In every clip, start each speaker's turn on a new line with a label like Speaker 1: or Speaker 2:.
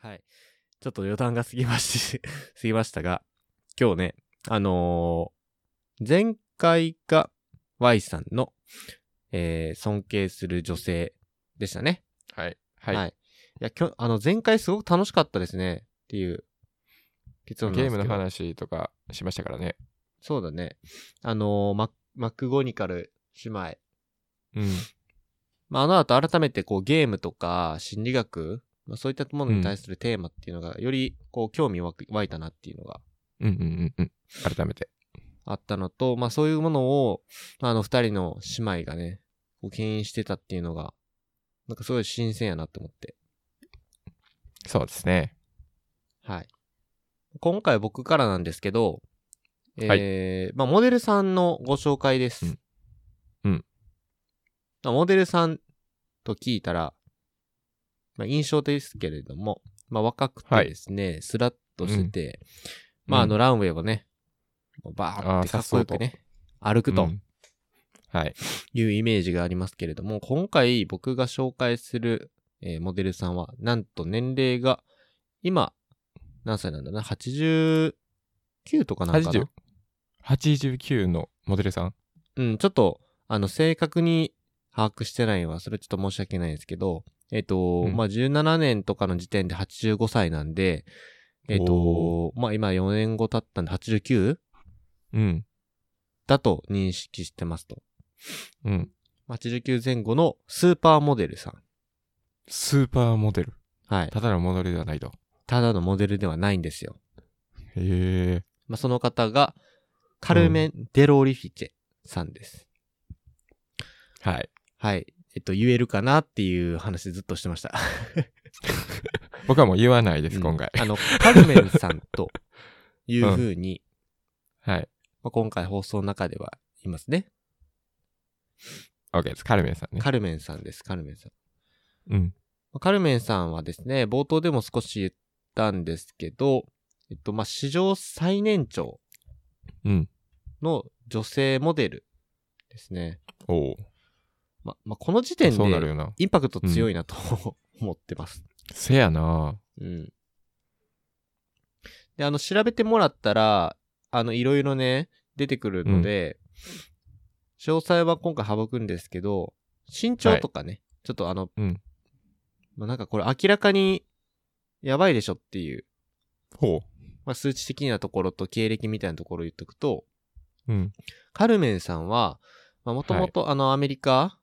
Speaker 1: はい。ちょっと余談が過ぎまし、 過ぎましたが、今日ね、あのー前回が Y さんの、えー尊敬する女性でしたね。
Speaker 2: はい。はい。
Speaker 1: い。や、きょあの、前回すごく楽しかったですね、っていう結論なん
Speaker 2: ゲ
Speaker 1: で
Speaker 2: ー
Speaker 1: す
Speaker 2: ム
Speaker 1: けど
Speaker 2: の話とかしましたからね。
Speaker 1: そうだね。あのーマ、マクゴニカル姉妹。
Speaker 2: うん。
Speaker 1: まあ、あの後改めてこうゲームとか心理学、まあ、そういったものに対するテーマっていうのが、よりこう興味湧く湧いたなっていうのが
Speaker 2: うんうんうんうん。改めて。
Speaker 1: あったのと、まあそういうものを、まあ、あの二人の姉妹がね、こう牽引してたっていうのが、なんかすごい新鮮やなって思って。
Speaker 2: そうですね。
Speaker 1: はい。今回僕からなんですけど、えーまあモデルさんのご紹介です。
Speaker 2: うんうん
Speaker 1: まあモデルさんと聞いたら、まあ印象ですけれども、まあ若くてですね、スラッとしてて、まああの
Speaker 2: うん
Speaker 1: ランウェイをね、バーってかっこよくね、歩くと。
Speaker 2: うんはい。
Speaker 1: いうイメージがありますけれども、今回僕が紹介する、えーモデルさんは、なんと年齢が、今、何歳なんだな ?89 とかなんか
Speaker 2: 80
Speaker 1: な。
Speaker 2: 89のモデルさん。
Speaker 1: うん、ちょっと、あの、正確に把握してないわ。それちょっと申し訳ないですけど、えっ、と、
Speaker 2: うん
Speaker 1: まあ、17年とかの時点で85歳なんで、えっ、と
Speaker 2: お、
Speaker 1: まあ、今4年後経ったんで 89?
Speaker 2: うん。
Speaker 1: だと認識してますと。
Speaker 2: うん。
Speaker 1: 89前後のスーパーモデルさん。
Speaker 2: スーパーモデル。
Speaker 1: はい。
Speaker 2: ただのモデルではないと。
Speaker 1: ただのモデルではないんですよ。
Speaker 2: へえ。
Speaker 1: まあ、その方が、カルメン・デロリフィチェさんです。
Speaker 2: はい。
Speaker 1: はい。えっと、言えるかなっていう話ずっとしてました。
Speaker 2: 僕はもう言わないです、
Speaker 1: うん
Speaker 2: 今回。
Speaker 1: あの、カルメンさんというふう に、
Speaker 2: はい。
Speaker 1: まあ、今回放送の中では言いますね。
Speaker 2: OK です。カルメンさんね。
Speaker 1: カルメンさんです、カルメンさん。
Speaker 2: うん。
Speaker 1: まあカルメンさんはですね、冒頭でも少し言ったんですけど、えっと、まあ、史上最年長
Speaker 2: うん。
Speaker 1: の女性モデルですね。
Speaker 2: おお。
Speaker 1: まあ、まあ、この時点
Speaker 2: そうなる
Speaker 1: で
Speaker 2: よな。
Speaker 1: インパクト強いなと思ってます。
Speaker 2: せやな。
Speaker 1: うん。で、あの、調べてもらったら、あの、いろいろね、出てくるので、詳細は今回省くんですけど、身長とかね、ちょっとあの、
Speaker 2: うん
Speaker 1: まあ、なんかこれ明らかに、やばいでしょっていう、
Speaker 2: ほ
Speaker 1: まあ、数値的なところと経歴みたいなところを言っとくと、
Speaker 2: う。うん。
Speaker 1: カルメンさんは、まあ、もともとあの、アメリカ、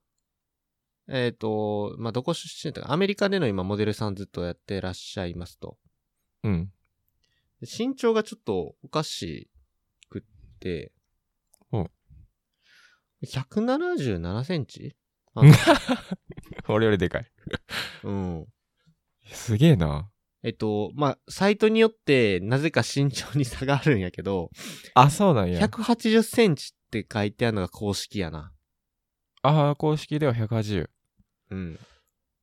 Speaker 1: えっ、と、まあ、どこ出身だったか、アメリカでの今、モデルさんずっとやってらっしゃいますと。
Speaker 2: うん。
Speaker 1: で身長がちょっとおかしくって、
Speaker 2: うん
Speaker 1: 177センチ
Speaker 2: 俺よりでかい。
Speaker 1: うん。
Speaker 2: すげえな。
Speaker 1: えっと、まあ、サイトによって、なぜか身長に差があるんやけど、
Speaker 2: あ、そうなんや。
Speaker 1: 180センチって書いてあるのが公式やな。
Speaker 2: ああ、公式では180。
Speaker 1: うん。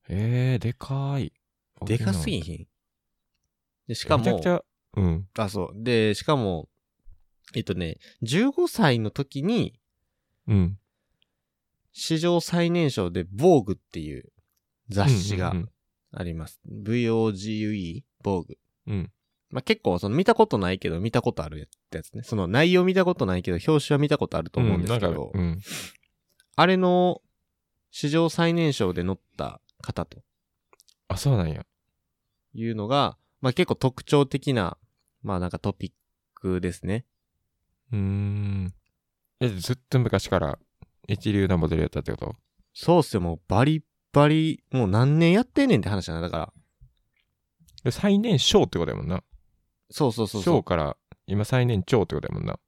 Speaker 2: ええー、でかい。
Speaker 1: でかすぎひん。で、しか
Speaker 2: めちゃく
Speaker 1: も
Speaker 2: ち、ゃ、うん。
Speaker 1: あ、そう。で、しかも、えっとね、15歳の時に、
Speaker 2: うん。
Speaker 1: 史上最年少で、防具っていう雑誌が
Speaker 2: うんうん
Speaker 1: あります。VOGUE、防具。
Speaker 2: うん。
Speaker 1: まあ、結構、その見たことないけど、見たことあるってやつね。その内容見たことないけど、表紙は見たことあると思うんですけど、
Speaker 2: なんかうん。
Speaker 1: あれの史上最年少で乗った方と
Speaker 2: あ、そうなんや。
Speaker 1: いうのが、まあ、結構特徴的な、まあ、なんかトピックですね。
Speaker 2: うーん。え、ずっと昔から一流なモデルやったってこと
Speaker 1: そうっすよ、もうバリバリ、もう何年やってんねんって話だな。だから、
Speaker 2: で最年少ってことやもんな。
Speaker 1: そうそうそうそ
Speaker 2: 小から、今最年長ってことやもんな。
Speaker 1: う。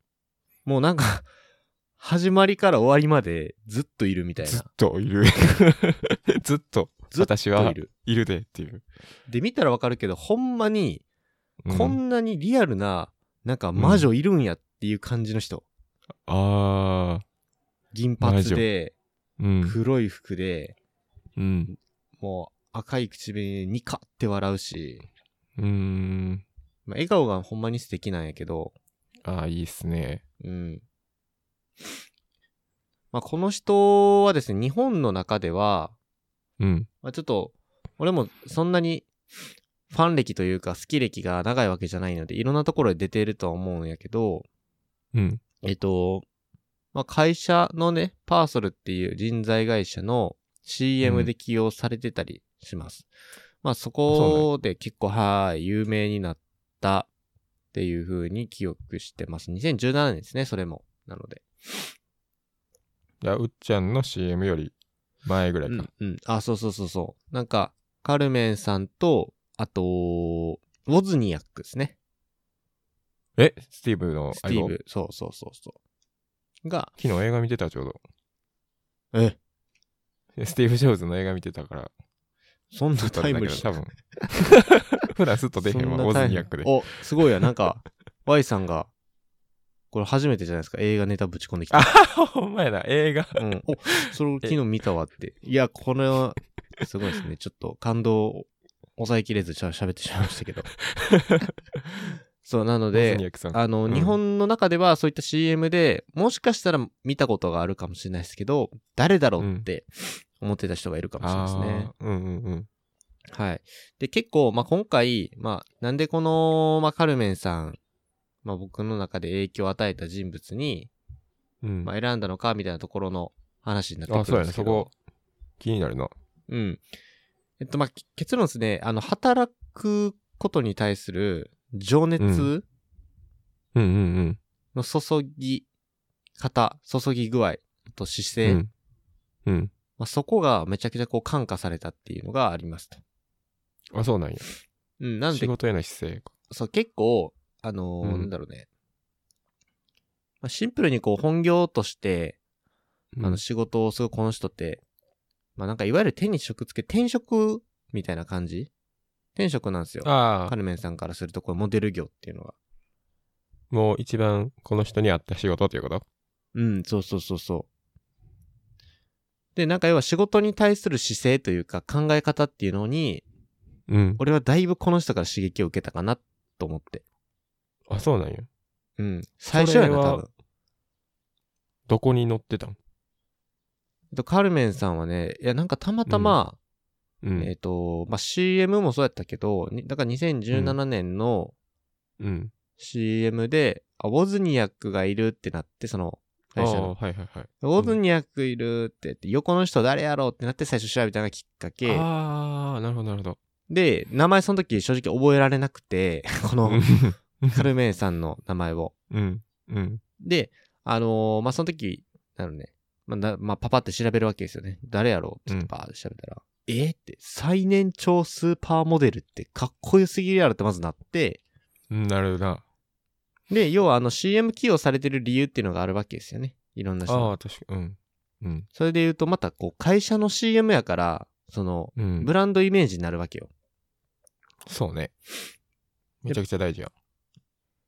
Speaker 1: もうなんか、 始まりから終わりまでずっといるみたいな。
Speaker 2: ずっといる。 ずっと、
Speaker 1: ずっと
Speaker 2: 私はい
Speaker 1: る。
Speaker 2: いるでっていう。
Speaker 1: で、見たらわかるけど、ほんまに、
Speaker 2: うん
Speaker 1: こんなにリアルな、なんか魔女いるんやっていう感じの人。
Speaker 2: あ
Speaker 1: 銀髪で、
Speaker 2: ー。うん。
Speaker 1: 黒い服で、
Speaker 2: うん。
Speaker 1: もう赤い唇にニカって笑うし、
Speaker 2: うーん。
Speaker 1: まあ、笑顔がほんまに素敵なんやけど、
Speaker 2: あー、いいっすね。
Speaker 1: うん。まあ、この人はですね、日本の中では、
Speaker 2: うん。
Speaker 1: まあ、ちょっと、俺もそんなにファン歴というか好き歴が長いわけじゃないので、いろんなところで出てるとは思うんやけど、
Speaker 2: うん。
Speaker 1: えっと、まあ、会社のね、パーソルっていう人材会社の
Speaker 2: う
Speaker 1: CM
Speaker 2: ん
Speaker 1: で起用されてたりします。まあ、そこで結構、はい、有名になったっていう風に記憶してます。2017年ですね、それも。なので。
Speaker 2: じゃあ、うっちゃんの CM より前ぐらいか。
Speaker 1: うん、うん。あ、そうそうそうそう。なんか、カルメンさんと、あと、ウォズニアックですね。
Speaker 2: えスティーブの
Speaker 1: スティ
Speaker 2: 相
Speaker 1: ー
Speaker 2: 棒
Speaker 1: ブ。そうそうそうそう。が、
Speaker 2: 昨日映画見てた、ちょうど。
Speaker 1: え、
Speaker 2: スティーブ・ジョブズの映画見てたから。
Speaker 1: そん
Speaker 2: ちょ
Speaker 1: な
Speaker 2: っとあ
Speaker 1: タ
Speaker 2: れ
Speaker 1: イ
Speaker 2: だ
Speaker 1: ム
Speaker 2: け
Speaker 1: リ
Speaker 2: ど、
Speaker 1: ー
Speaker 2: 多分。 普段すっと出へんわ、
Speaker 1: そ
Speaker 2: オ
Speaker 1: な
Speaker 2: ズ
Speaker 1: 大
Speaker 2: ニ
Speaker 1: 変
Speaker 2: アックで。
Speaker 1: お、すごいや、なんか、Y さんが、これ初めてじゃないですか、映画ネタぶち込んできた。
Speaker 2: ほんまやな、映画。
Speaker 1: うん。お、それを昨日見たわって。いや、これは、すごいですね。ちょっと感動を抑えきれずしゃ喋ってしまいました けど。そう、なの
Speaker 2: オズニア
Speaker 1: で、
Speaker 2: ックさん。
Speaker 1: あの、
Speaker 2: うん
Speaker 1: 日本の中ではそういった CM で、もしかしたら見たことがあるかもしれないですけど、誰だろうって思ってた人がいるかもしれないですね。
Speaker 2: あーうんうんうん。
Speaker 1: はい。で、結構、まあ、今回、まあ、なんでこの、まあ、カルメンさん、まあ、僕の中で影響を与えた人物に、
Speaker 2: うん、
Speaker 1: まあ、選んだのか、みたいなところの話になって
Speaker 2: あ、
Speaker 1: く
Speaker 2: そ
Speaker 1: る
Speaker 2: うんや
Speaker 1: で
Speaker 2: ね、
Speaker 1: すけ
Speaker 2: そ
Speaker 1: ど。
Speaker 2: こ、気になるな。
Speaker 1: うん。えっと、まあ、け結論ですね、あの、働くことに対する情熱
Speaker 2: うんうん
Speaker 1: の注ぎ方、注ぎ具合、あと姿
Speaker 2: うん。
Speaker 1: 勢、
Speaker 2: うん。うん。
Speaker 1: まあ、そこがめちゃくちゃこう感化されたっていうのがありますと。
Speaker 2: あ、そうなんや。
Speaker 1: うん、なんで
Speaker 2: 仕事への姿勢か。
Speaker 1: そう、結構、あのー
Speaker 2: うん
Speaker 1: なんだろうね。まあ、シンプルにこう、本業として、あ
Speaker 2: うん
Speaker 1: の、仕事をすごいこの人って、まあなんか、いわゆる手に職つけ、転職みたいな感じ転職なんですよ。
Speaker 2: あ
Speaker 1: カ
Speaker 2: あ、
Speaker 1: ルメンさんからすると、これモデル業っていうのが。
Speaker 2: もう一番この人に合った仕事っていうこと
Speaker 1: うん、そうそうそうそう。で、なんか要は仕事に対する姿勢というか考え方っていうのに、
Speaker 2: うん。
Speaker 1: 俺はだいぶこの人から刺激を受けたかなと思って。
Speaker 2: あ、そうなんや。
Speaker 1: うん。最初や
Speaker 2: そ
Speaker 1: な、
Speaker 2: れは
Speaker 1: 多分。
Speaker 2: どこに乗ってたん
Speaker 1: えっと、カルメンさんはね、いや、なんかたまたま、
Speaker 2: う
Speaker 1: えっ
Speaker 2: ん。
Speaker 1: と、まあ、CM もそうやったけど、にだから2017年の
Speaker 2: うん。
Speaker 1: CM で、あ、ウォズニアックがいるってなって、その、
Speaker 2: あ
Speaker 1: 会社
Speaker 2: あ、
Speaker 1: の。
Speaker 2: はいはいはい。
Speaker 1: ウォズニアックいるって言って、横の人誰やろうってなって最初調べたのがきっかけ。
Speaker 2: ああ、なるほどなるほど。
Speaker 1: で、名前その時正直覚えられなく て、この
Speaker 2: うん
Speaker 1: カルメンさんの名前を。
Speaker 2: うん。うん。
Speaker 1: で、あのーまあ、その時、なのね、まあ、なまあ、パパって調べるわけですよね。誰やろうって
Speaker 2: うん
Speaker 1: パーって調べたら、えーって、最年長スーパーモデルってかっこよすぎるやろってまずなって、
Speaker 2: うんなるほどな。
Speaker 1: で、要はあの CM 起用されてる理由っていうのがあるわけですよね。いろんな人
Speaker 2: あ
Speaker 1: の。
Speaker 2: あ、確かに。うん。うん。
Speaker 1: それで言うと、またこう、会社の CM やから、その、
Speaker 2: うん
Speaker 1: ブ。ランドイメージになるわけよ。
Speaker 2: そうね。めちゃくちゃ大事や。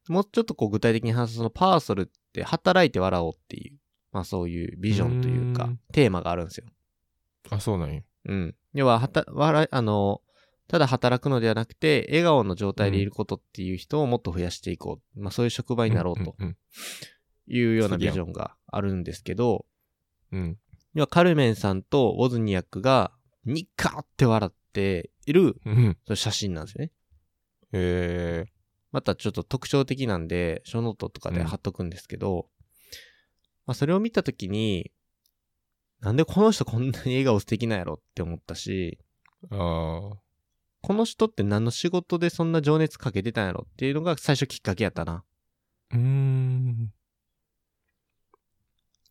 Speaker 1: もうちょっとこう、具体的に話すと、そのパーソルって働いて笑おうっていう、まあそういうビジョンという
Speaker 2: う
Speaker 1: か
Speaker 2: ん、
Speaker 1: テーマがあるんですよ。
Speaker 2: あ、そうなんや。
Speaker 1: うん。要は、はた、笑い、あの、ただ働くのではなくて、笑顔の状態でいることっていう人をもっと増やしていこう。まあそういう職場になろうと
Speaker 2: うん。うん
Speaker 1: いうような
Speaker 2: 次
Speaker 1: ビ
Speaker 2: やん
Speaker 1: ジョンがあるんですけど、
Speaker 2: うん。
Speaker 1: 要はカルメンさんとウォズニアックがニッカーって笑っている
Speaker 2: うんうん。
Speaker 1: その写真なんですよね。
Speaker 2: え
Speaker 1: またちょっと特徴的なんで、ショーノートとかで貼っとくんですけど、まあそれを見たときに、なんでこの人こんなに笑顔素敵なんやろって思ったし、
Speaker 2: ー、ああ。
Speaker 1: この人って何の仕事でそんな情熱かけてたんやろっていうのが最初きっかけやったな。
Speaker 2: うーん。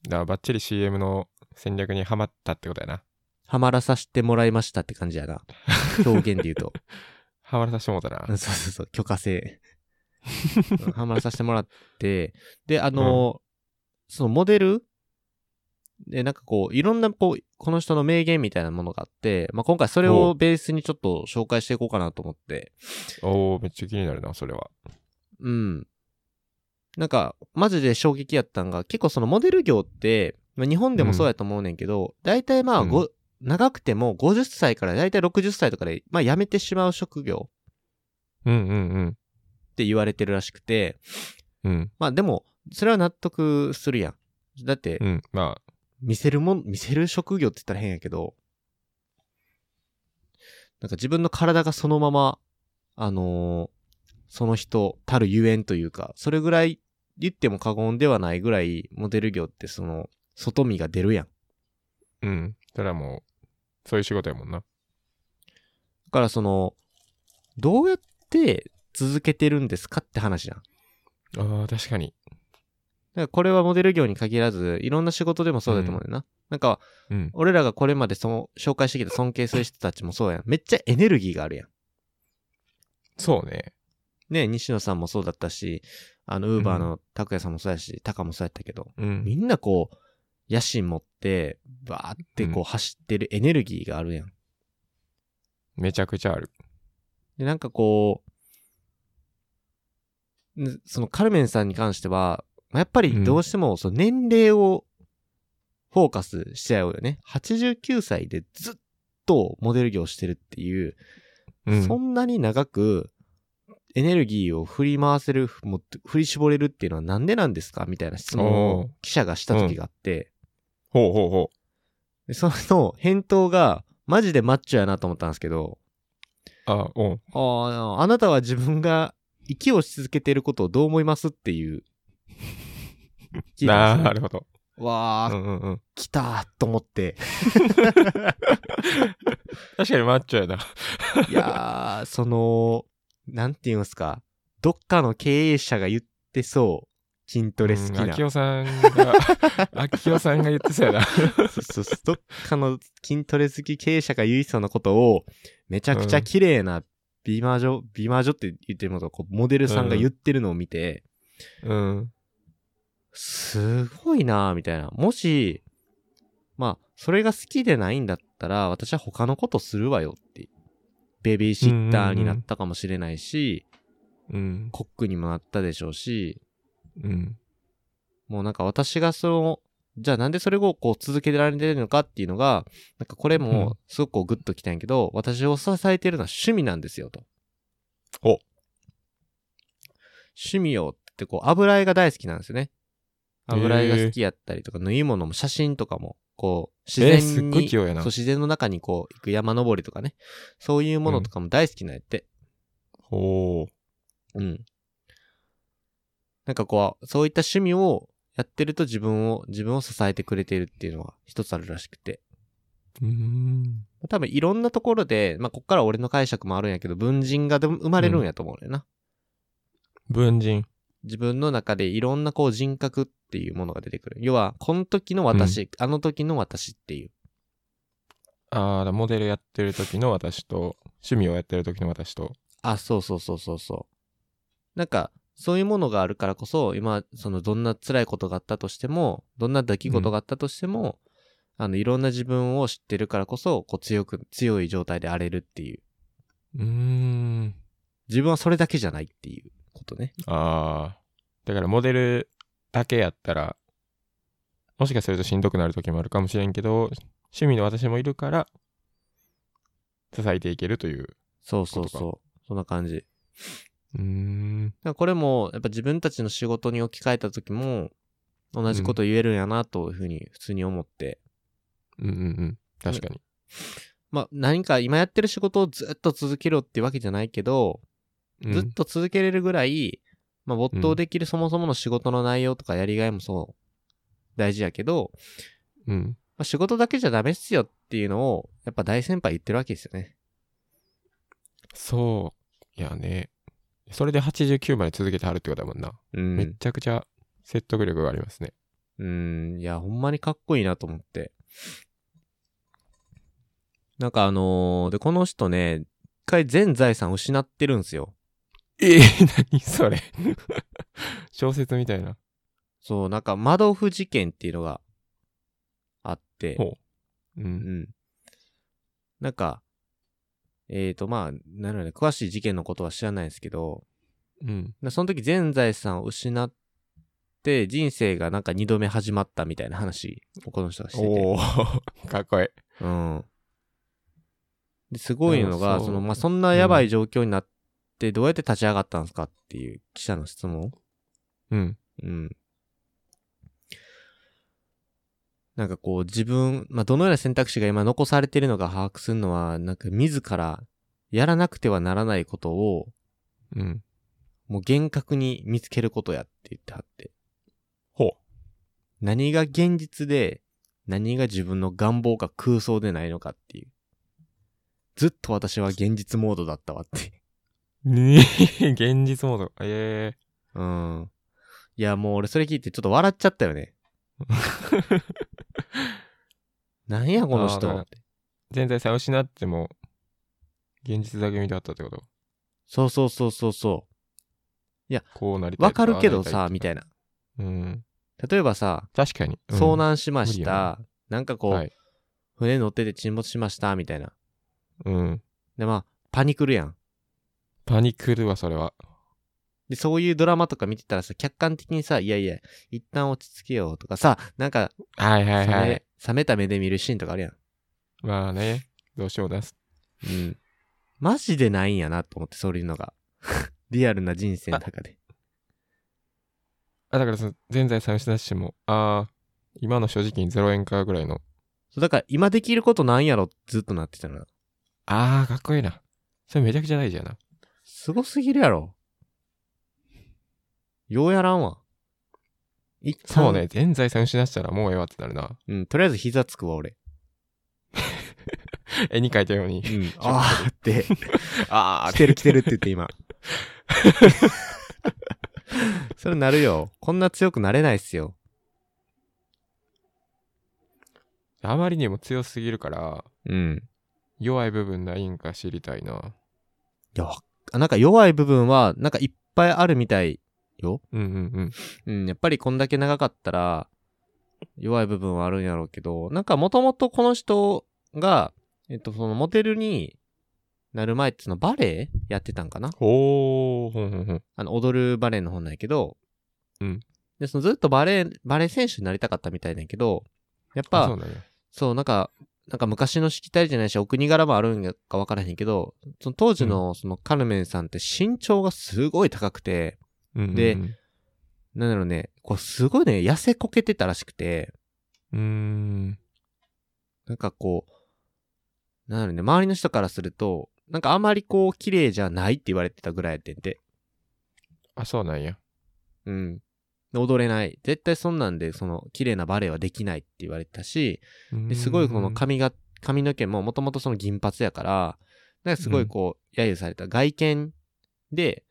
Speaker 2: だからばっちり CM の戦略にはまったってことやな。
Speaker 1: ハマらさせてもらいましたって感じやな。表現で言うと。
Speaker 2: はまらさせてもうたな
Speaker 1: うん。そうそうそう、許可 制。うんハマらさせてもらって、で、あのーそのモデルで、なんかこう、いろんなこう、この人の名言みたいなものがあって、まあ、今回それ
Speaker 2: お
Speaker 1: を
Speaker 2: う
Speaker 1: ベースにちょっと紹介していこうかなと思って。
Speaker 2: おおめっちゃ気になるな、それは。
Speaker 1: うん。なんか、マジで衝撃やったんが、結構そのモデル業って、まあ、日本でもそうやと思うねんけど、大体まあ、ご長くても50歳から大体60歳とかで、まあ、辞めてしまう職業
Speaker 2: うんうん
Speaker 1: って言われてるらしくて、
Speaker 2: うん。うん。
Speaker 1: まあでも、それは納得するやん。だって
Speaker 2: う、ん。まあ、
Speaker 1: 見せるもん、見せる職業って言ったら変やけど、なんか自分の体がそのままあのーその人たるゆえんというか、それぐらい言っても過言ではないぐらい、モデル業ってその、外見が出るやん。だ
Speaker 2: うん。ただもう、そういう仕事やもんな。
Speaker 1: からその、どうやって続けてるんですかって話じゃん。だか
Speaker 2: ああ、確かに。
Speaker 1: らこれはモデル業に限らず、いろんな仕事でもそうだと思うんだよな。なんか、
Speaker 2: うん。
Speaker 1: 俺らがこれまでその紹介してきた尊敬する人たちもそうやん。めっちゃエネルギーがあるやん。
Speaker 2: そうね。
Speaker 1: ね、西野さんもそうだったし、あの、ウーバーの拓也さんもそうやし、タカもそうやったけど、
Speaker 2: う
Speaker 1: み
Speaker 2: ん。
Speaker 1: んなこう、野心持って、バーってこう走ってるエネルギーがあるやん。
Speaker 2: めちゃくちゃある。
Speaker 1: で、なんかこう、んそのカルメンさんに関しては、まあやっぱりどうしてもその年齢をフォーカスしちゃうよね。89歳でずっとモデル業してるっていう、
Speaker 2: うん。
Speaker 1: そんなに長くエネルギーを振り回せる、もう振り絞れるっていうのはなんでなんですかみたいな質問
Speaker 2: おー
Speaker 1: を記者がした時があって、
Speaker 2: ほうほうほ
Speaker 1: でその返答がマジでマッチョやなと思ったんですけど、
Speaker 2: う。あお
Speaker 1: ああ、あなたは自分が息をし続けていることをどう思いますっていう。聞いたんです
Speaker 2: な
Speaker 1: よ
Speaker 2: るほど。
Speaker 1: わ
Speaker 2: う
Speaker 1: あ、
Speaker 2: んうんうん。
Speaker 1: 来たーと思って。
Speaker 2: 確かにマッチョやな。
Speaker 1: いやー、その、なんて言うんすか。どっかの経営者が言ってそう。筋トレ好き
Speaker 2: うん
Speaker 1: な。
Speaker 2: 秋代さんが、 秋代さんが言ってそうやな。
Speaker 1: そうそうそうどっかの筋トレ好き経営者が言いそうなことを、めちゃくちゃ綺麗な美魔女、美魔女って言ってるのと、こうモデルさんが言ってるのを見て、
Speaker 2: うん。
Speaker 1: すごいなぁ、みたいな。もし、まあ、それが好きでないんだったら、私は他のことするわよって。ベビーシッターになったかもしれないし、
Speaker 2: うん。
Speaker 1: コックにもなったでしょうし、
Speaker 2: うん。
Speaker 1: もうなんか私がその、じゃあなんでそれをこう続けられてるのかっていうのが、なんかこれ
Speaker 2: う
Speaker 1: も
Speaker 2: ん
Speaker 1: すごくこうグッときたんやけど、私を支えてるのは趣味なんですよと。
Speaker 2: お
Speaker 1: 趣味をってこう油絵が大好きなんですよね。
Speaker 2: へー
Speaker 1: 油絵が好きやったりとか、縫い物も写真とかも、こう自
Speaker 2: えーす
Speaker 1: 然
Speaker 2: っごい
Speaker 1: に、
Speaker 2: 器用やな
Speaker 1: そう自然の中にこう行く山登りとかね、そういうものとかも大好きなんやって。
Speaker 2: ほう。
Speaker 1: うん。なんかこう、そういった趣味をやってると自分を、自分を支えてくれているっていうのが一つあるらしくて。
Speaker 2: うん。
Speaker 1: 多分いろんなところで、まあ、こっから俺の解釈もあるんやけど、文人がでも生まれるんやと思うのよな。
Speaker 2: 文人。
Speaker 1: 自分の中でいろんなこう人格っていうものが出てくる。要は、この時の私、あの時の私っていう。
Speaker 2: ああ、モデルやってる時の私と、趣味をやってる時の私と。
Speaker 1: あ、そうそうそうそうそう。なんか、そういうものがあるからこそ、今、そのどんな辛いことがあったとしても、どんな出来事があったとしても、あの、いろんな自分を知ってるからこそ、こう強く、強い状態で荒れるっていう。
Speaker 2: うーん。
Speaker 1: 自分はそれだけじゃないっていうことね。
Speaker 2: ああ。だからモデルだけやったら、もしかするとしんどくなる時もあるかもしれんけど、趣味の私もいるから、支えていけるという。
Speaker 1: そうそう
Speaker 2: こ
Speaker 1: そう。そんな感じ。
Speaker 2: うーん。
Speaker 1: だからこれも、やっぱ自分たちの仕事に置き換えた時も、同じこと言えるんやな、というふうに、普通に思って。
Speaker 2: うんうんうん。確かに。
Speaker 1: まあ、何か今やってる仕事をずっと続けろってわけじゃないけど、
Speaker 2: うん
Speaker 1: ずっと続けれるぐらい、まあ、没頭できるそもそもの仕事の内容とかやりがいもそう、大事やけど、
Speaker 2: うん。
Speaker 1: まあ、仕事だけじゃダメっすよっていうのを、やっぱ大先輩言ってるわけですよね。
Speaker 2: そう。いやね。それで89まで続けてはるってことだもんな。
Speaker 1: う
Speaker 2: め
Speaker 1: ん
Speaker 2: っ。ちゃくちゃ説得力がありますね。
Speaker 1: うん。いや、ほんまにかっこいいなと思って。なんかあのーで、この人ね、一回全財産失ってるんですよ。
Speaker 2: ええ何それ。 小説みたいな。
Speaker 1: そう、なんか窓夫事件っていうのがあって、
Speaker 2: ほう。
Speaker 1: うんん。なんか、えーと、まあ、なので、詳しい事件のことは知らないんですけど、
Speaker 2: うん。
Speaker 1: なその時全財産を失って、人生がなんか二度目始まったみたいな話をこの人がしてて。
Speaker 2: おお かっこいい。
Speaker 1: うん。ですごいの
Speaker 2: あ
Speaker 1: が、
Speaker 2: そう
Speaker 1: その、まあ、そんなやばい状況になって、どうやって立ち上がったんですかっていう記者の質問。
Speaker 2: うん。
Speaker 1: うん。なんかこう自分、まあ、どのような選択肢が今残されているのか把握するのは、なんか自らやらなくてはならないことを、
Speaker 2: うん。
Speaker 1: もう厳格に見つけることやって言ってはって。
Speaker 2: ほう。
Speaker 1: 何が現実で、何が自分の願望か空想でないのかっていう。ずっと私は現実モードだったわって。
Speaker 2: に現実モード。え
Speaker 1: うん。いや、もう俺それ聞いてちょっと笑っちゃったよ ね。なんやこの
Speaker 2: あーだか
Speaker 1: 人
Speaker 2: ら。ー、全財産失っても、現実だけ見てあったってこと
Speaker 1: そうそうそうそうそ
Speaker 2: こうなり
Speaker 1: う。
Speaker 2: たい
Speaker 1: わ
Speaker 2: と
Speaker 1: か
Speaker 2: か。
Speaker 1: るけど
Speaker 2: あ
Speaker 1: さ、
Speaker 2: あ
Speaker 1: み
Speaker 2: りた
Speaker 1: た
Speaker 2: い
Speaker 1: いな。
Speaker 2: とか。うん。
Speaker 1: 例えばさ、
Speaker 2: 確かに。うん
Speaker 1: 遭難しまし
Speaker 2: 無
Speaker 1: た。なんかこう、
Speaker 2: はい。
Speaker 1: 船乗ってて沈没しました、みたいな。
Speaker 2: うん。
Speaker 1: で、まあ、パニクるやん。
Speaker 2: パニクるわ、それは。
Speaker 1: で、そういうドラマとか見てたらさ、客観的にさ、いやいや、一旦落ち着けようとかさ、なんか、
Speaker 2: はいは
Speaker 1: 冷
Speaker 2: い
Speaker 1: め、
Speaker 2: はい。
Speaker 1: 冷めた目で見るシーンとかあるやん。
Speaker 2: まあね、どうしようもなす。
Speaker 1: うん。マジでないんやなと思って、そういうのが。 リアルな人生の中で。
Speaker 2: あ、だからその、全財産失っても、ああ、今の正直に0円かぐらいの。
Speaker 1: そう、だから今できることなんやろ、ずっとなってたのな。
Speaker 2: ああ、かっこいいな。それめちゃくちゃ大事やな。
Speaker 1: すごすぎるやろ。ようやらんわ。一旦
Speaker 2: そうね、。全財産失ったらもうええわってなるな。
Speaker 1: うん、とりあえず膝つくわ、俺。
Speaker 2: 絵に描いたよう に
Speaker 1: う。ん。あー って。
Speaker 2: あ
Speaker 1: 来てる来てるって言 って今。それなるよ。こんな強くなれないっすよ。
Speaker 2: あまりにも強すぎるから、
Speaker 1: うん。
Speaker 2: 弱い部分ないんか知りたいな。
Speaker 1: いや、わなんか弱い部分は、なんかいっぱいあるみたいよ。
Speaker 2: うんうん
Speaker 1: うん、やっぱりこんだけ長かったら、弱い部分はあるんやろうけど、なんかもともとこの人が、えっと、そのモデルになる前ってそのバレエやってたんかな
Speaker 2: ほーほんほんほん。
Speaker 1: あの、踊るバレエの本なんやけど、
Speaker 2: うん。
Speaker 1: で、そのずっとバレエ、バレエ選手になりたかったみたいなんやけど、やっ
Speaker 2: あ、
Speaker 1: ぱ、
Speaker 2: そうなんや。
Speaker 1: そう、なんか、なんか昔のしきたりじゃないし、お国柄もあるんやかわからへんけど、その当時のそのカルメンさんって身長がすごい高くて、
Speaker 2: うんうんうん
Speaker 1: で
Speaker 2: う
Speaker 1: なんだろうね、こうすごいね、痩せこけてたらしくて、
Speaker 2: ーん。
Speaker 1: なんかこう、なんだろうね、周りの人からすると、なんかあまりこう綺麗じゃないって言われてたぐらいやってんて。
Speaker 2: あ、そうなんや。
Speaker 1: うん。で踊れない。絶対そんなんで、その綺麗なバレエはできないって言われてたし、
Speaker 2: うーん
Speaker 1: ですごいこの髪が、髪の毛ももともとその銀髪やから、なんかすごいこう、揶揄された外見で、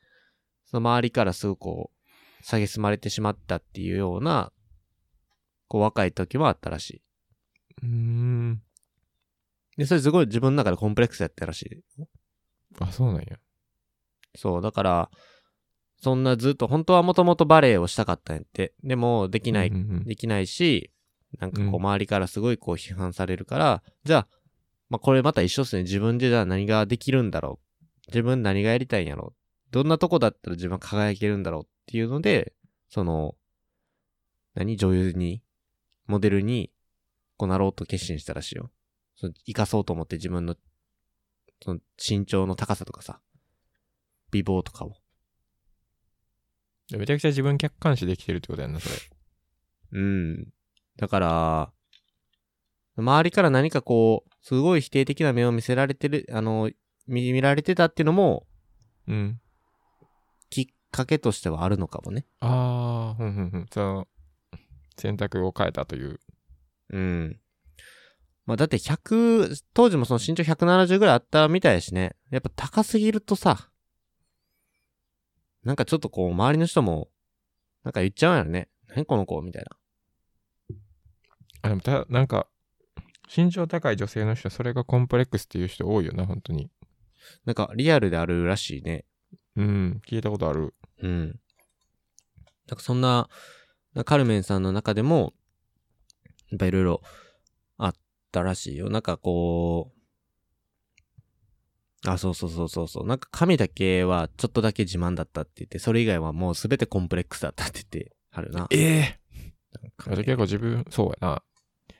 Speaker 1: その周りからすごくこう、下げすまれてしまったっていうような、こう若い時もあったらし
Speaker 2: うーん。
Speaker 1: い。で、それすごい自分の中でコンプレックスやったらしい。
Speaker 2: あ、そうなんや。
Speaker 1: そう、だから、そんなずっと、本当はもともとバレエをしたかったんやって。でも、できない
Speaker 2: うんうんうん
Speaker 1: できないし、なんかこ
Speaker 2: うん
Speaker 1: う周りからすごいこう批判されるから、じゃあ、まあこれまた一緒ですね。自分でじゃあ何ができるんだろう。自分何がやりたいんやろう。どんなとこだったら自分は輝けるんだろうっていうので、その、何女優に、モデルに、こうなろうと決心したらしいよ。その生かそうと思って自分の、その身長の高さとかさ、美貌とかを。
Speaker 2: めちゃくちゃ自分客観視できてるってことやんな、それ。
Speaker 1: うん。だから、周りから何かこう、すごい否定的な目を見せられてる、あの、見見られてたっていうのも、
Speaker 2: うん。
Speaker 1: きっかけとしてはあるのかもね。
Speaker 2: ああ、うんうんうん。その、選択を変えたという。
Speaker 1: うん。まあ、だって100、当時もその身長170ぐらいあったみたいやしね。やっぱ高すぎるとさ、なんかちょっとこう、周りの人も、なんか言っちゃうんやろね。何この子みたいな。
Speaker 2: あ、でもた、なんか、身長高い女性の人、それがコンプレックスっていう人多いよな、本当に。
Speaker 1: なんかリアルであるらしいね。
Speaker 2: うん、聞いたことある。
Speaker 1: うん。なんかそんな、カルメンさんの中でも、やっぱいろいろあったらしいよ。なんかこう、あ、そうそうそうそうそう。なんか髪だけはちょっとだけ自慢だったって言って、それ以外はもうすべてコンプレックスだったって言ってはるな。
Speaker 2: ええ
Speaker 1: 髪
Speaker 2: 結構自分、そうやな。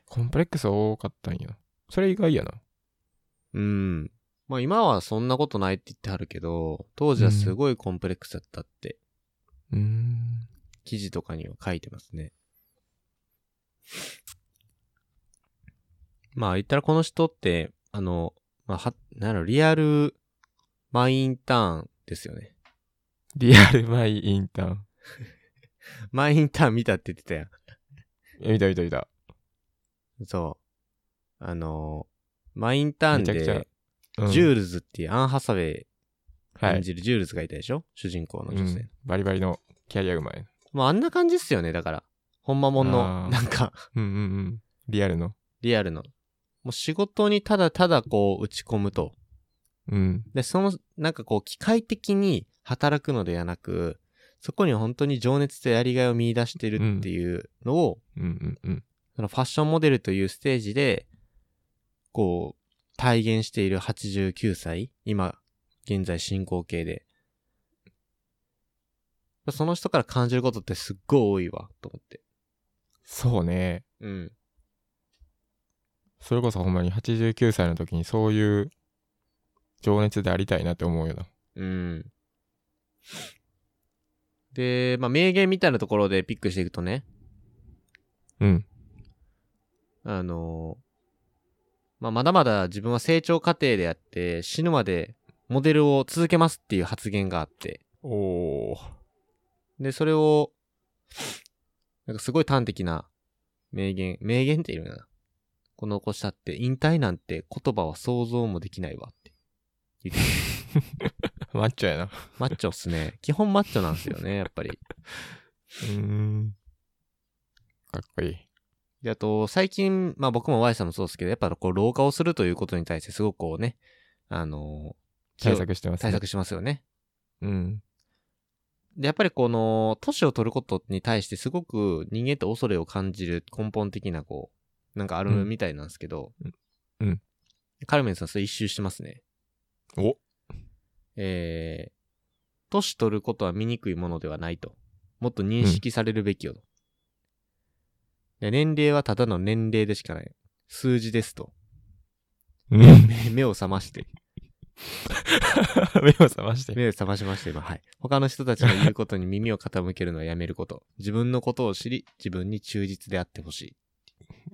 Speaker 2: コンプレックス多かったんや。それ以外やな。
Speaker 1: うん。まあ今はそんなことないって言ってはるけど、当時はすごいコンプレックスだったって、
Speaker 2: うーん。
Speaker 1: 記事とかには書いてますね。まあ言ったらこの人って、あの、まあ、は、なるリアルマイインターンですよね。
Speaker 2: リアルマイインターン。
Speaker 1: マイインターン見たって言ってたや
Speaker 2: え見た見た見た。
Speaker 1: ん。そう。あのーマイインターン
Speaker 2: めちゃくちゃ
Speaker 1: で、
Speaker 2: うん
Speaker 1: ジュールズっていうアン・ハサウェイ
Speaker 2: はい
Speaker 1: 演。じるジュールズがいたでしょ、主人公の女性。
Speaker 2: うんバリバリのキャリアうまい。
Speaker 1: もうあんな感じっすよね、だから。ほんまもん
Speaker 2: あ
Speaker 1: の、
Speaker 2: ー
Speaker 1: なんか、
Speaker 2: うんうんうん。リアルの。
Speaker 1: リアルの。もう仕事にただただこう打ち込むと。
Speaker 2: うん。
Speaker 1: で、その、なんかこう、機械的に働くのではなく、そこに本当に情熱とやりがいを見出してるっていうのを、
Speaker 2: うんうんうん。
Speaker 1: そのファッションモデルというステージで、こう、体現している89歳、今、現在進行形で。その人から感じることってすっごい多いわ、と思って。
Speaker 2: そうね。
Speaker 1: うん。
Speaker 2: それこそほんまに89歳の時にそういう情熱でありたいなって思うよな。
Speaker 1: うん。で、まあ、名言みたいなところでピックしていくとね、
Speaker 2: うん。
Speaker 1: あのまあ、まだまだ自分は成長過程であって、死ぬまでモデルを続けますっていう発言があって、
Speaker 2: おー。
Speaker 1: で、それを、なんかすごい端的な名言、名言っていうのかな。この残したって、引退なんて言葉は想像もできないわって。言ってた
Speaker 2: マッチョやな。
Speaker 1: マッチョっすね。基本マッチョなんですよね、やっぱり。
Speaker 2: うん。かっこいい。
Speaker 1: で、あと、最近、まあ僕も Y さんもそうですけど、やっぱこう、老化をするということに対してすごくこうね、あのー
Speaker 2: 対策してます、ね。
Speaker 1: 対策しますよね。
Speaker 2: うん。
Speaker 1: で、やっぱりこの、年を取ることに対してすごく人間って恐れを感じる根本的なこう、なんかあるみたいなんですけど、
Speaker 2: うんうん。
Speaker 1: カルメンさんそれ一周してますね。
Speaker 2: お
Speaker 1: えー、年取ることは醜いものではないと。もっと認識されるべきよと。で年齢はただの年齢でしかない。数字ですと。
Speaker 2: うん。
Speaker 1: 目目を覚まして。
Speaker 2: 目を覚まして。
Speaker 1: 目を覚ましました、今。はい。他の人たちの言うことに耳を傾けるのはやめること。自分のことを知り、自分に忠実であってほし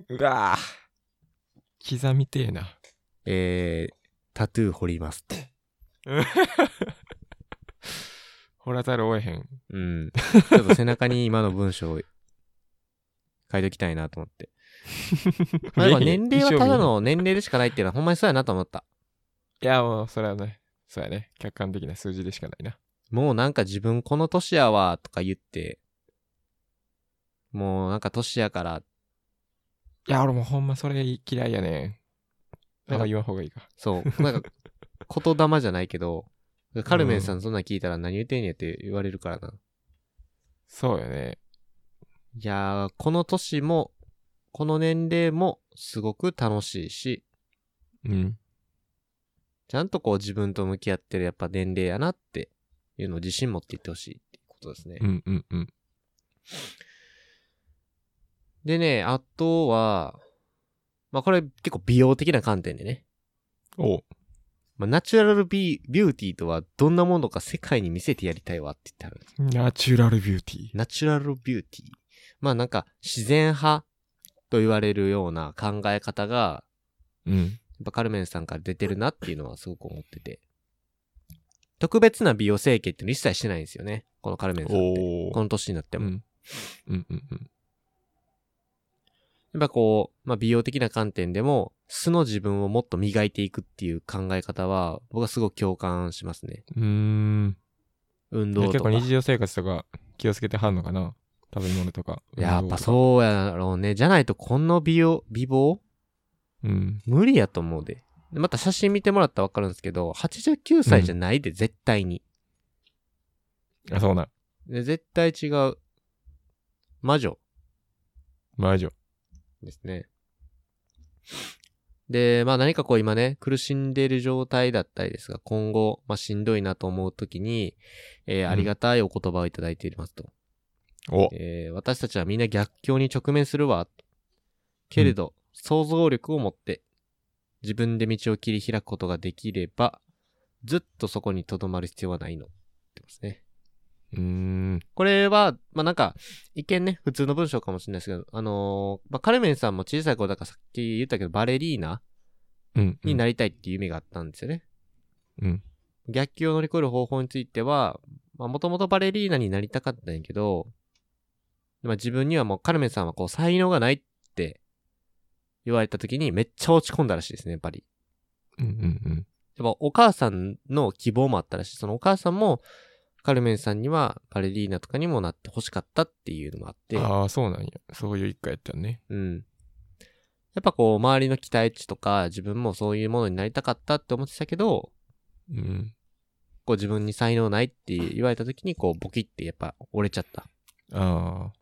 Speaker 1: い。
Speaker 2: うわぁ。刻みてえな。
Speaker 1: えー、タトゥー掘りますって。
Speaker 2: 掘らざるをえへん。
Speaker 1: うん。ちょっと背中に今の文章を書いときたいなと思って。まあ、やっぱ年齢はただ。の年齢でしかないっていうのはほんまにそうやなと思った。
Speaker 2: いや、もう、それはね、そうやね。客観的な数字でしかないな。
Speaker 1: もうなんか自分この年やわとか言って、もうなんか年やから、
Speaker 2: いや、俺もうほんまそれ嫌いやねん。あんま言わん方がいいか。
Speaker 1: そう、なん か言霊じゃないけど、カルメンさんそんなん聞いたら何言うてんやって言われるからな。
Speaker 2: そうよね。
Speaker 1: いやー、この年も、この年齢もすごく楽しいし、
Speaker 2: うん。
Speaker 1: ちゃんとこう自分と向き合ってるやっぱ年齢やなっていうのを自信持って言ってほしいっていうことですね。
Speaker 2: うんうんうん。
Speaker 1: でね、あとは、まあこれ結構美容的な観点でね、
Speaker 2: おう
Speaker 1: まあ、ナチュラルビビューティーとはどんなものか世界に見せてやりたいわって言ってあるんです。
Speaker 2: ナチュラルビューティー。
Speaker 1: ナチュラルビューティー。まあなんか自然派と言われるような考え方が、
Speaker 2: うん。
Speaker 1: やっぱカルメンさんから出てるなっていうのはすごく思ってて。特別な美容整形っていうの一切してないんですよね。このカルメンさんって。
Speaker 2: お
Speaker 1: こ
Speaker 2: ー。
Speaker 1: の年になって
Speaker 2: う
Speaker 1: も。
Speaker 2: ん。うんうんうん。
Speaker 1: やっぱこう、まあ、美容的な観点でも、素の自分をもっと磨いていくっていう考え方は、僕はすごく共感しますね。
Speaker 2: うーん。
Speaker 1: 運
Speaker 2: で
Speaker 1: 動
Speaker 2: 結
Speaker 1: と
Speaker 2: 構
Speaker 1: か。
Speaker 2: 日常生活とか気をつけてはんのかな食べ物とか。
Speaker 1: やっぱ
Speaker 2: う。
Speaker 1: そうやろうね。じゃないと、この美容、美貌
Speaker 2: うん。
Speaker 1: 無理やと思うで。でまた写真見てもらったらわかるんですけど、89歳じゃないで、絶対に。
Speaker 2: あ、そうなん。
Speaker 1: で絶対違う。魔女。
Speaker 2: 魔女。
Speaker 1: ですね。で、まあ何かこう今ね、苦しんでいる状態だったりですが、今後、まあしんどいなと思うときに、えー
Speaker 2: うん
Speaker 1: ありがたいお言葉をいただいていますと。
Speaker 2: お。
Speaker 1: えー私たちはみんな逆境に直面するわ。けれど、想像力を持って、自分で道を切り開くことができれば、ずっとそこに留まる必要はないの。ってますね。
Speaker 2: うーん。
Speaker 1: これは、まあ、なんか、一見ね、普通の文章かもしれないですけど、あのーまあ、カルメンさんも小さい子だからさっき言ったけど、バレリーナ
Speaker 2: うん。
Speaker 1: になりたいっていう夢があったんですよね。
Speaker 2: うん。
Speaker 1: 逆境を乗り越える方法については、まあ、もともとバレリーナになりたかったんやけど、まあ、自分にはもうカルメンさんはこう才能がないって言われた時にめっちゃ落ち込んだらしいですね、やっぱり。
Speaker 2: うんうん
Speaker 1: やっぱお母さんの希望もあったらしい。そのお母さんもカルメンさんにはバレリーナとかにもなってほしかったっていうのもあっ
Speaker 2: う
Speaker 1: て
Speaker 2: ん。、ああ、そうなんや。そういう一回やったね。
Speaker 1: うん。やっぱこう周りの期待値とか自分もそういうものになりたかったって思ってたけど、
Speaker 2: うん。
Speaker 1: こう自分に才能ないって言われた時にこうボキってやっぱ折れちゃった。
Speaker 2: ああ。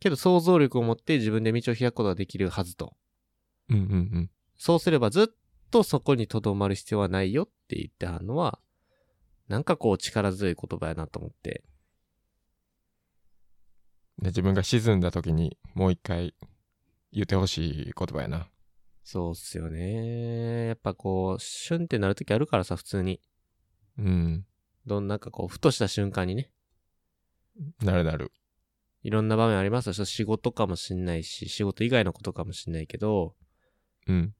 Speaker 1: けど想像力を持って自分で道を開くことができるはずと。
Speaker 2: うんうん
Speaker 1: そうすればずっとそこに留まる必要はないよって言ってはるのは、なんかこう力強い言葉やなと思って。
Speaker 2: うん。で、自分が沈んだ時にもう一回言ってほしい言葉やな。
Speaker 1: そうっすよね。やっぱこう、シュンってなる時あるからさ、普通に。
Speaker 2: うん。
Speaker 1: どんなんかこう、ふとした瞬間にね、
Speaker 2: なるなる。
Speaker 1: いろんな場面ありますよ。ちょっと仕事かもしんないし、仕事以外のことかもしんないけど、
Speaker 2: うん。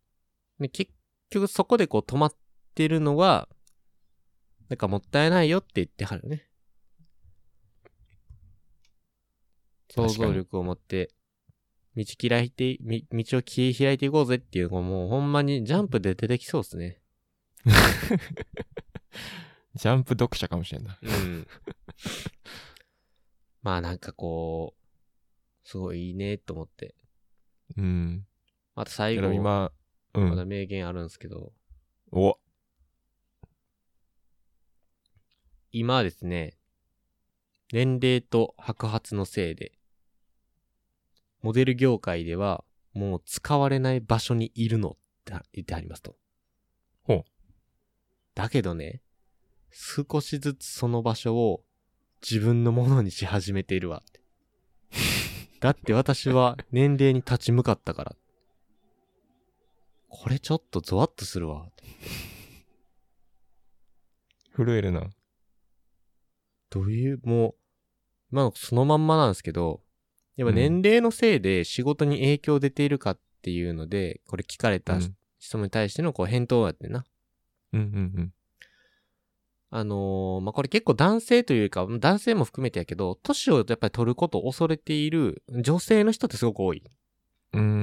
Speaker 1: で結局そこでこう止まってるのは、なんかもったいないよって言ってはるね。想
Speaker 2: 確かに
Speaker 1: 像力を持って、道開いて、み道を切り開いていこうぜっていうのがもうほんまにジャンプで出てきそうですね。
Speaker 2: ジャンプ読者かもしれんな。
Speaker 1: うん。 まあなんかこう、すごいいいねと思って。
Speaker 2: うん。
Speaker 1: また最
Speaker 2: け
Speaker 1: 後
Speaker 2: ど、今、う
Speaker 1: まだ
Speaker 2: ん。
Speaker 1: 名言あるんですけど、
Speaker 2: お
Speaker 1: 今はですね、年齢と白髪のせいで、モデル業界ではもう使われない場所にいるのって言ってありますと。
Speaker 2: ほう。
Speaker 1: だけどね、少しずつその場所を自分のものにし始めているわ って。だって私は年齢に立ち向かったから。これちょっとゾワッとするわ。
Speaker 2: 震えるな。
Speaker 1: どういう、もう、今のそのまんまなんですけど、やっぱ年齢のせいで仕事に影響出ているかっていうので、これ聞かれた
Speaker 2: うん
Speaker 1: 質問に対してのこう返答やってんな。
Speaker 2: うんうん
Speaker 1: あのーまあ、これ結構男性というか、男性も含めてやけど、年をやっぱり取ることを恐れている女性の人ってすごく多い
Speaker 2: うん。うー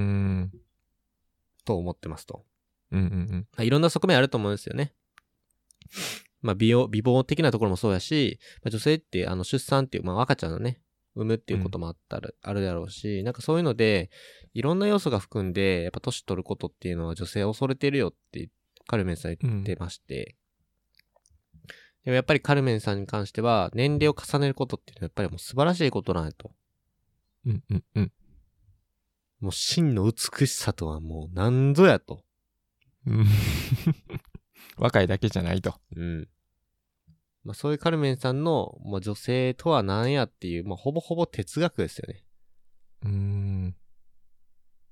Speaker 2: ん。
Speaker 1: と思ってますと。
Speaker 2: うんうん
Speaker 1: まあいろんな側面あると思うんですよね。まあ、美容、美貌的なところもそうやし、まあ、女性って、あの、出産っていう、まあ、赤ちゃんのね、産むっていうこともあったら、あるだろうし、なんかそういうので、いろんな要素が含んで、やっぱ年取ることっていうのは女性恐れてるよって、カルメンさん
Speaker 2: うん。う
Speaker 1: 言
Speaker 2: ん
Speaker 1: ってまして、でもやっぱりカルメンさんに関しては、年齢を重ねることっていうのはやっぱりもう素晴らしいことなんやと。
Speaker 2: うんうんうん。
Speaker 1: もう真の美しさとはもう何ぞやと。
Speaker 2: うん 若いだけじゃないと。
Speaker 1: うん。まあ、そういうカルメンさんの、まあ、女性とは何やっていう、まあ、ほぼほぼ哲学ですよね。
Speaker 2: うーん。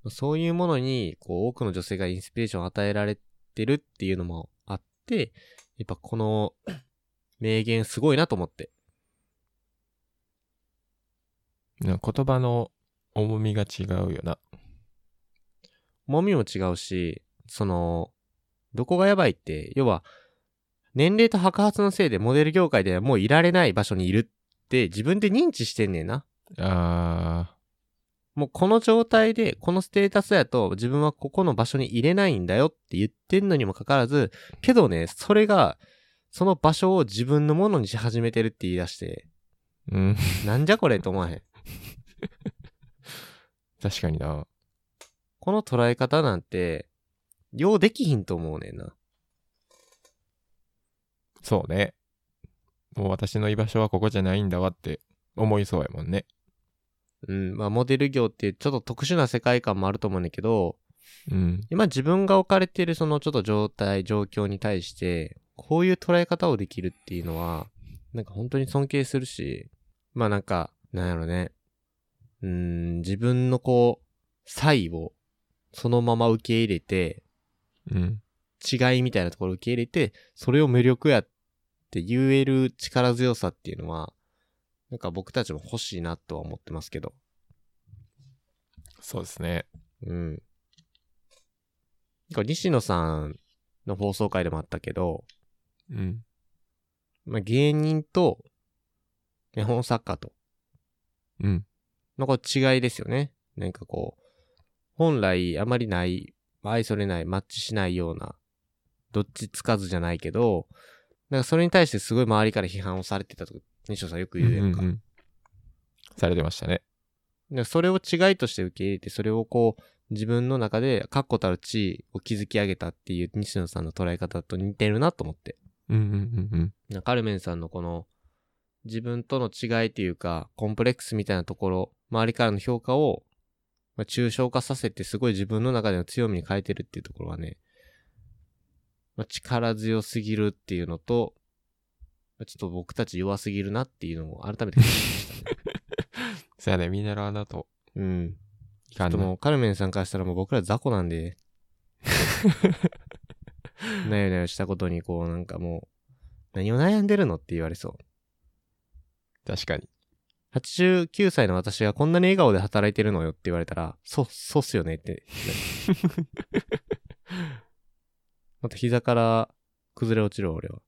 Speaker 1: まあそういうものに、こう、多くの女性がインスピレーションを与えられてるっていうのもあって、やっぱこの名言すごいなと思って。
Speaker 2: な言葉の重みが違うよな。
Speaker 1: 重みも違うし、その、どこがやばいって、要は、年齢と白髪のせいでモデル業界ではもういられない場所にいるって自分で認知してんねんな。
Speaker 2: あ
Speaker 1: もうこの状態で、このステータスやと自分はここの場所に入れないんだよって言ってんのにもかかわらず、けどね、それが、その場所を自分のものにし始めてるって言い出して、
Speaker 2: ー。うん。
Speaker 1: なんじゃこれと思わへん。
Speaker 2: 確かにな。
Speaker 1: この捉え方なんて、ようできひんと思うねんな。
Speaker 2: そうね。もう私の居場所はここじゃないんだわって思いそうやもんね。
Speaker 1: うん、まあモデル業ってちょっと特殊な世界観もあると思うんだけど、
Speaker 2: うん。
Speaker 1: 今自分が置かれてるそのちょっと状態、状況に対して、こういう捉え方をできるっていうのは、なんか本当に尊敬するし、まあなんか、なんやろね。うーん、自分のこう、差異をそのまま受け入れて、
Speaker 2: うん。
Speaker 1: 違いみたいなところを受け入れて、それを無力やって言える力強さっていうのは、なんか僕たちも欲しいなとは思ってますけど。
Speaker 2: そうですね。
Speaker 1: うん。なんか西野さんの放送回でもあったけど、
Speaker 2: うん。
Speaker 1: まあ、芸人と、絵本作家と、
Speaker 2: うん。
Speaker 1: のこう違いですよね。なんかこう、本来あまりない、愛されない、マッチしないような、どっちつかずじゃないけど、なんかそれに対してすごい周りから批判をされてたと、西尾さんよく言うやんか。
Speaker 2: うんうんうんされてましたね。
Speaker 1: でそれを違いとして受け入れて、それをこう、自分の中で確固たる地位を築き上げたっていう西野さんの捉え方と似てるなと思って。
Speaker 2: うんうんうんうん。
Speaker 1: なカルメンさんのこの、自分との違いというか、コンプレックスみたいなところ、周りからの評価を、まあ、抽象化させて、すごい自分の中での強みに変えてるっていうところはね、まあ、力強すぎるっていうのと、まあちょっと僕たち弱すぎるなっていうのを改めて感じましたね。
Speaker 2: そやね、見習わなと。
Speaker 1: うん。
Speaker 2: いかん
Speaker 1: で
Speaker 2: な
Speaker 1: も、カルメンさんからしたらもう僕ら雑魚なん で、なよなよしたことにこうなんかもう、何を悩んでるのって言われそう。
Speaker 2: 確かに。
Speaker 1: 89歳の私がこんなに笑顔で働いてるのよって言われたら、そう、そうっすよね って。また膝から崩れ落ちる俺は。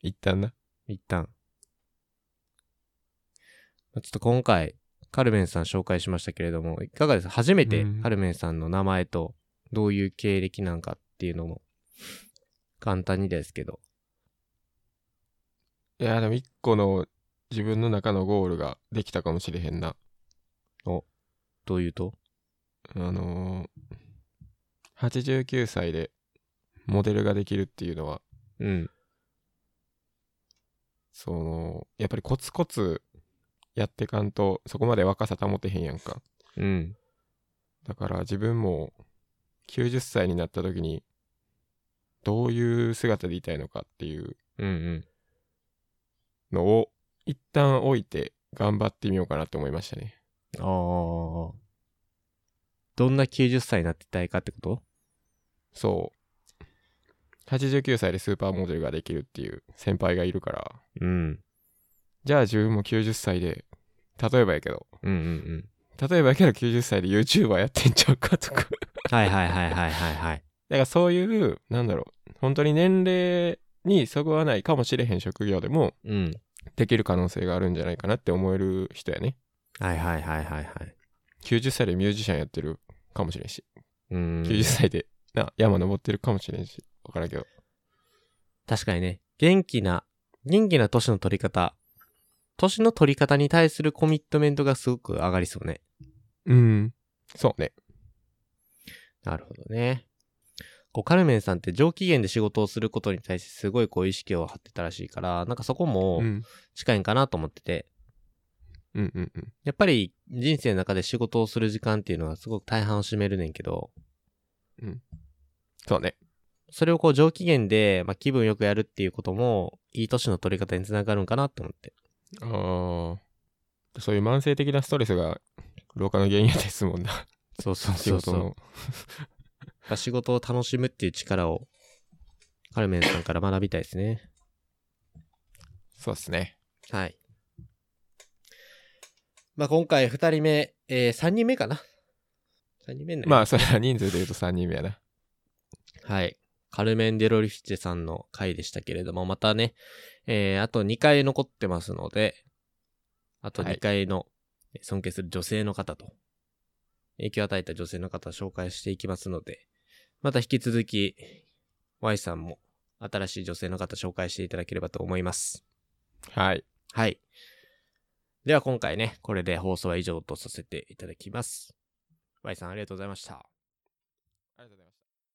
Speaker 2: 一旦な。
Speaker 1: 一旦。まあちょっと今回、カルメンさん紹介しましたけれども、いかがですか初めて
Speaker 2: うん
Speaker 1: カルメンさんの名前と、どういう経歴なんかっていうのも、簡単にですけど。
Speaker 2: いや、でも一個の自分の中のゴールができたかもしれへんな。
Speaker 1: どういうと
Speaker 2: あのー、89歳でモデルができるっていうのは、
Speaker 1: うん。
Speaker 2: その、やっぱりコツコツやってかんと、そこまで若さ保てへんやんか。
Speaker 1: うん。
Speaker 2: だから自分も90歳になった時に、どういう姿でいたいのかっていう
Speaker 1: うんうん。
Speaker 2: のを、一旦置いて頑張ってみようかなって思いましたね。
Speaker 1: ああ。どんな90歳になってたいかってこと
Speaker 2: そう。89歳でスーパーモデルができるっていう先輩がいるから、
Speaker 1: うん。
Speaker 2: じゃあ自分も90歳で、例えばやけど、
Speaker 1: うんうんうん。
Speaker 2: 例えばやけど90歳で YouTuber やってんちゃうかとか。
Speaker 1: はいはいはいはいはいはい。
Speaker 2: だからそういう、なんだろう、本当に年齢にそぐわないかもしれへん職業でも
Speaker 1: うん。
Speaker 2: できる可能性があるんじゃないかなって思える人やね。
Speaker 1: はいはいはいはいはい。
Speaker 2: 90歳でミュージシャンやってるかもしれんし、
Speaker 1: うん。
Speaker 2: 90歳でな山登ってるかもしれんし、わからんけど。
Speaker 1: 確かにね、元気な、元気な年の取り方、年の取り方に対するコミットメントがすごく上がりそうね。
Speaker 2: うん。そうね。
Speaker 1: なるほどね。こう、カルメンさんって上機嫌で仕事をすることに対してすごいこう意識を張ってたらしいから、なんかそこも
Speaker 2: うん。
Speaker 1: 近いんかなと思ってて、
Speaker 2: うんうんうん。
Speaker 1: やっぱり人生の中で仕事をする時間っていうのはすごく大半を占めるねんけど、
Speaker 2: そうね。
Speaker 1: それをこう上機嫌で、まあ、気分よくやるっていうことも、いい年の取り方につながるんかなと思って。
Speaker 2: あーそういう慢性的なストレスが老化の原因やですもんな。
Speaker 1: そうそう
Speaker 2: 仕
Speaker 1: そう
Speaker 2: 事
Speaker 1: そう。
Speaker 2: の。
Speaker 1: まあ仕事を楽しむっていう力を、カルメンさんから学びたいですね。
Speaker 2: そうっすね。
Speaker 1: はい。まあ、今回2人目、えー、3人目かな ?3 人目ね。
Speaker 2: まあ、それは人数で言うと3人目やな。
Speaker 1: はい。カルメン・デロリフィチェさんの回でしたけれども、またね、えー、あと2回残ってますので、あと2回のえー尊敬する女性の方と、影響を与えた女性の方を紹介していきますので、また引き続き、Y さんも新しい女性の方紹介していただければと思います。
Speaker 2: はい。
Speaker 1: はい。では今回ね、これで放送は以上とさせていただきます。Y さんありがとうございました。